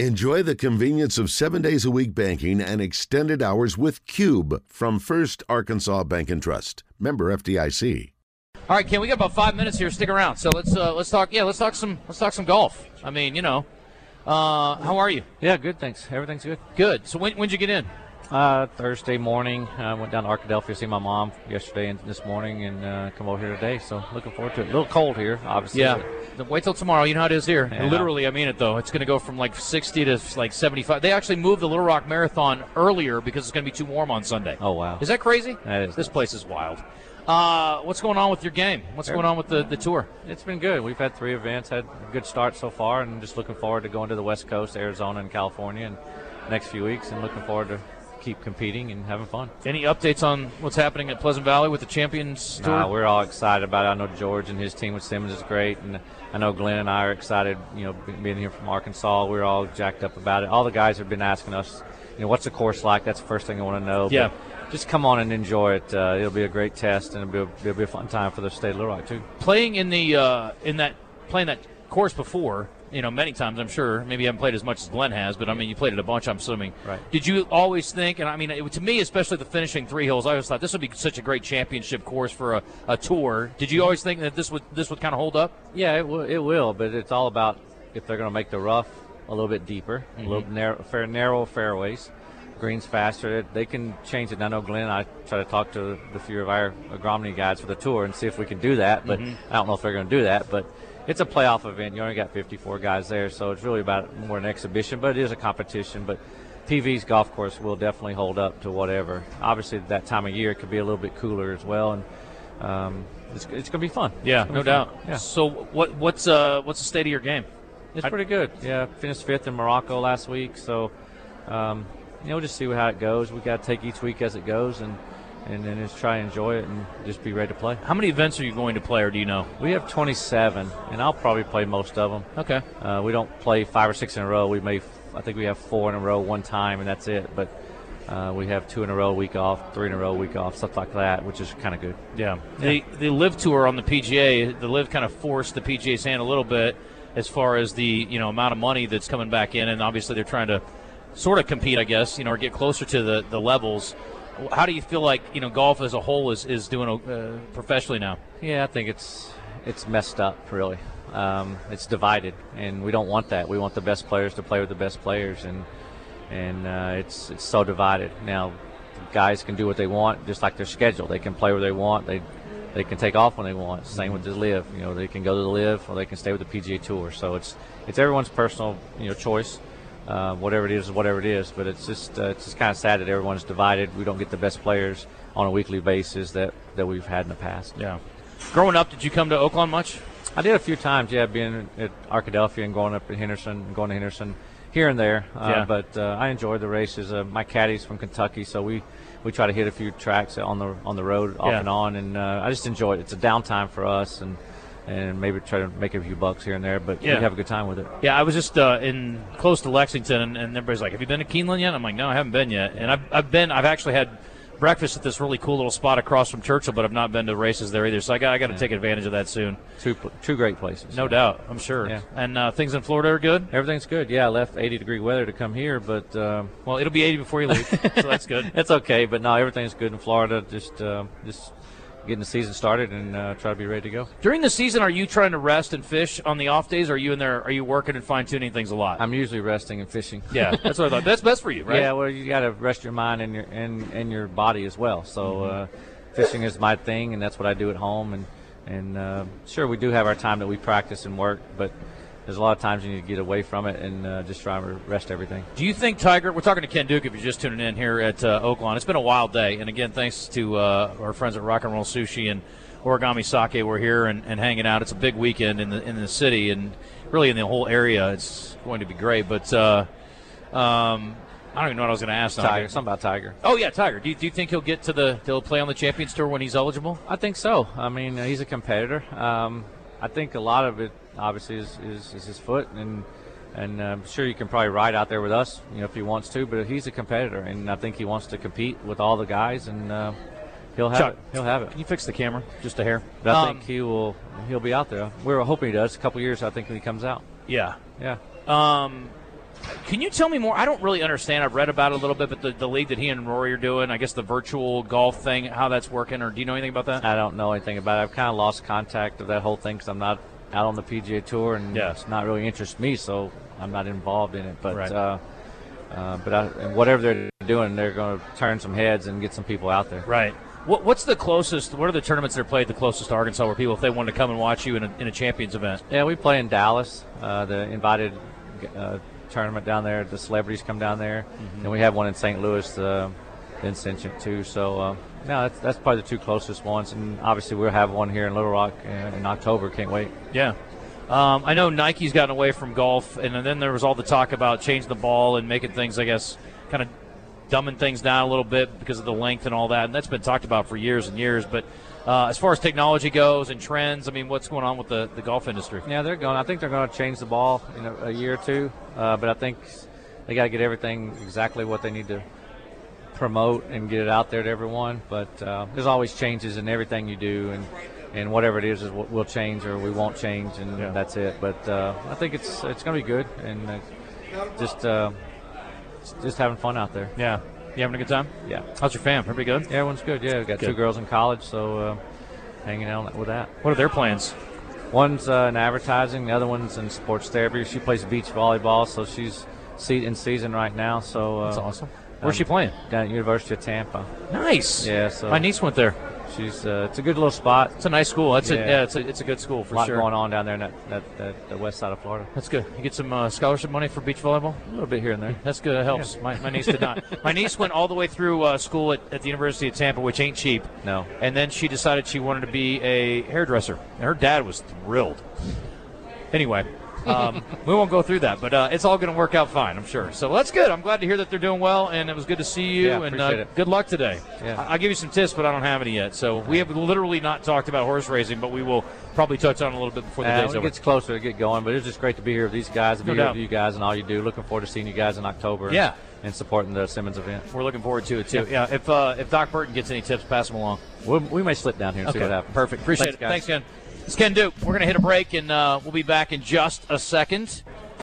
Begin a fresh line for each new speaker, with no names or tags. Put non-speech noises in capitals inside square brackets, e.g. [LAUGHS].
Enjoy the convenience of seven days a week banking and extended hours with Cube from First Arkansas Bank and Trust. Member FDIC.
All right, Ken, we got about five minutes here. Stick around. So let's uh, let's talk. Yeah, let's talk some let's talk some golf. I mean, you know, uh, how are you?
Yeah, good. Thanks. Everything's good.
Good. So when when'd you get in?
Uh, Thursday morning, I went down to Arkadelphia to see my mom yesterday and this morning, and uh, come over here today. So looking forward to it. A little cold here, obviously.
Yeah.
but-
Then Wait till tomorrow. You know how it is here.
Yeah.
Literally, I mean it though. It's going to go from like 60 to like 75. They actually moved the Little Rock Marathon earlier because it's going to be too warm on Sunday.
Oh wow.
Is that crazy?
That is
This
nuts.
place is wild. Uh, what's going on with your game? What's going on with the, the tour?
It's been good. We've had three events, had a good start so far, and just looking forward to going to the West Coast, Arizona, and California, in the next few weeks, and looking forward to keep competing and having fun.
Any updates on what's happening at Pleasant Valley with the Champions Tour?
Nah, we're all excited about it. I know George and his team with Simmons is great, and I know Glenn and I are excited. You know, be- being here from Arkansas, we're all jacked up about it. All the guys have been asking us, you know, what's the course like? That's the first thing I want to know.
Yeah.
But just come on and enjoy it. Uh, it'll be a great test, and it'll be a, it'll be a fun time for the state of Little Rock too.
playing in the uh, in that playing that course before, you know, many times I'm sure. Maybe you haven't played as much as Glenn has, but I mean, you played it a bunch. I'm assuming.
Right.
Did you always think? And I mean, it, to me, especially the finishing three hills, I always thought this would be such a great championship course for a, a tour. Did you always think that this would this would kind of hold up?
Yeah, it will. It will, but it's all about if they're going to make the rough a little bit deeper, a little
Mm-hmm.
narrow, fair, narrow fairways, greens faster. They, they can change it. And I know Glenn. and I try to talk to the few of our agronomy guys for the tour and see if we can do that. But
Mm-hmm.
I don't know if they're going to do that. But it's a playoff event. You only got 54 guys there, so it's really about more an exhibition. But it is a competition. But PV's golf course will definitely hold up to whatever. Obviously, that time of year it could be a little bit cooler as well, and um, it's, it's going to be fun. It's gonna
no
be fun.
doubt.
Yeah.
So what what's uh what's the state of your game?
It's
I-
pretty good. Yeah, finished fifth in Morocco last week. So, um, you know, we'll just see how it goes. We got to take each week as it goes, and and then just try and enjoy it and just be ready to play.
How many events are you going to play, or do you know?
We have 27, and I'll probably play most of them.
Okay.
Uh, we don't play five or six in a row. We may, I think we have four in a row one time, and that's it. But uh, we have two in a row week off, three in a row week off, stuff like that, which is kind of good.
Yeah. The the live tour on the PGA, the live kind of forced the PGA's hand a little bit as far as the you know amount of money that's coming back in, and obviously they're trying to sort of compete, I guess, you know, or get closer to the the levels. How do you feel like you know golf as a whole is is doing uh, professionally now?
Yeah, I think it's it's messed up, really. Um, it's divided, and we don't want that. We want the best players to play with the best players, and and uh, it's it's so divided now. the Guys can do what they want, just like their schedule. They can play where they want. They they can take off when they want. Same with the live. You know, they can go to the live or they can stay with the PGA Tour. So it's it's everyone's personal you know choice. Uh, whatever it is, is whatever it is. But it's just uh, it's just kind of sad that everyone's divided. We don't get the best players on a weekly basis that that we've had in the past.
Yeah. Growing up, did you come to Oakland much?
I did a few times, yeah, being at Arkadelphia and going up to Henderson, going to Henderson, here and there. Uh,
Yeah.
But uh, I enjoyed the races. Uh, my caddy's from Kentucky, so we, we try to hit a few tracks on the on the road off
Yeah.
and on, and uh, I just enjoy it. It's a downtime for us, and and maybe try to make a few bucks here and there, but
Yeah.
we have a good time with it.
Yeah, I was just uh, in close to Lexington, and, and everybody's like, "Have you been to Keeneland yet?" I'm like, "No, I haven't been yet." And I've, I've been, I've actually had breakfast at this really cool little spot across from Churchill, but I've not been to races there either. So I got, I got to take advantage of that soon,
Two pl- two great places.
no doubt. I'm sure.
Yeah.
And uh, things in Florida are good.
Everything's good. Yeah, I left 80 degree weather to come here, but um,
Well, it'll be 80 before you leave, so that's
[LAUGHS]
good.
it's okay. But no, everything's good in Florida. Just uh, just getting the season started and uh, try to be ready to go.
During the season, are you trying to rest and fish on the off days? Or are you in there? Are you working and fine tuning things a lot?
I'm usually resting and fishing.
yeah, that's what I thought. That's best for you, right?
Yeah, well, you got to rest your mind and your and, and your body as well. So uh, fishing is my thing, and that's what I do at home. And and uh, sure, we do have our time that we practice and work, but there's a lot of times you need to get away from it and uh, just try and rest everything.
Do you think Tiger? We're talking to Ken Duke. If you're just tuning in here at uh, Oaklawn, it's been a wild day. And again, thanks to uh, our friends at Rock and Roll Sushi and Origami Sake, we're here and, and hanging out. It's a big weekend in the in the city and really in the whole area. It's going to be great. But uh, um, I don't even know what I was going to ask. now.
Tiger, something about Tiger.
Oh yeah, Tiger. Do you, do you think he'll get to the? He'll play on the Champions Tour when he's eligible.
I think so. I mean, uh, he's a competitor. Um, I think a lot of it, obviously, is, is, is his foot, and and uh, I'm sure you can probably ride out there with us, you know, if he wants to. But he's a competitor, and I think he wants to compete with all the guys, and uh, he'll have
Chuck.
it. He'll have it.
Can you fix the camera just a hair?
But I
Um,
think he will. He'll be out there. We're hoping he does. A couple years, I think, when he comes out.
yeah.
Yeah.
Um, Can you tell me more? I don't really understand. I've read about it a little bit, but the, the league that he and Rory are doing, I guess the virtual golf thing, how that's working, or do you know anything about that?
I don't know anything about it. I've kind of lost contact of that whole thing because I'm not out on the PGA Tour, and
Yeah.
it's not really interest me, so I'm not involved in it. But
Right.
uh, uh, but I, and whatever they're doing, they're going to turn some heads and get some people out there.
Right. What, what's the closest? What are the tournaments that are played the closest to Arkansas where people, if they wanted to come and watch you in a, in a champions event?
Yeah, we play in Dallas. Uh, the invited uh, tournament down there, the celebrities come down there,
Mm-hmm.
and we have one in St. Louis, uh, the Incentiate too. So uh, no, that's, that's probably the two closest ones, and obviously we'll have one here in Little Rock uh, in October. Can't wait.
Yeah. Um, I know Nike's gotten away from golf, and then there was all the talk about changing the ball and making things, I guess, kind of dumbing things down a little bit because of the length and all that. And that's been talked about for years and years. But uh, as far as technology goes and trends, I mean, what's going on with the, the golf industry?
Yeah, they're going. I think they're going to change the ball in a, a year or two, uh, but I think they got to get everything exactly what they need to promote and get it out there to everyone. But uh, there's always changes in everything you do, and and whatever it is is what will change or we won't change, and
Yeah.
that's it. But uh, I think it's it's going to be good, and uh, just uh, just having fun out there.
Yeah. You having a good time?
Yeah,
How's your fam? Everybody good?
yeah, everyone's good. Yeah, we got two
Good.
girls in college, so uh, hanging out with that.
What are their plans?
One's uh, in advertising, the other one's in sports therapy. She plays beach volleyball, so she's se- in season right now. So uh,
That's awesome. Where's she
um,
playing?
Down at University of Tampa.
Nice.
Yeah, so-
my niece went there.
She's uh, it's a good little spot.
It's a nice school. That's a
Yeah.
yeah. It's a it's a good school
A
for
lot
sure.
going on down there in that, that, that the west side of Florida.
That's good. You get some uh, scholarship money for beach volleyball.
A little bit here and there.
That's good. That helps. My, my niece did not. My niece went all the way through uh, school at, at the University of Tampa, which ain't cheap.
No.
And then she decided she wanted to be a hairdresser. And her dad was thrilled. Anyway,
[LAUGHS]
um, we won't go through that, but uh, it's all going to work out fine, I'm sure. So that's good. I'm glad to hear that they're doing well, and it was good to see you.
Yeah,
and
appreciate
uh,
it.
good luck today.
Yeah.
I- I'll give you some tips, but I don't have any yet. So we have literally not talked about horse racing, but we will probably touch on it a little bit before the
Uh,
day's
when it
over.
gets closer, to get going. But it's just great to be here with these guys, to be
No
here
doubt.
with you guys, and all you do. Looking forward to seeing you guys in October.
Yeah.
And supporting the Simmons event.
We're looking forward to it too. Yeah, if uh, if Doc Burton gets any tips, pass them along.
We'll, we may slip down here and see what happens.
Perfect. Appreciate it.
Thanks, guys.
Thanks, Ken. It's Ken Duke. We're going to hit a break, and uh, we'll be back in just a second.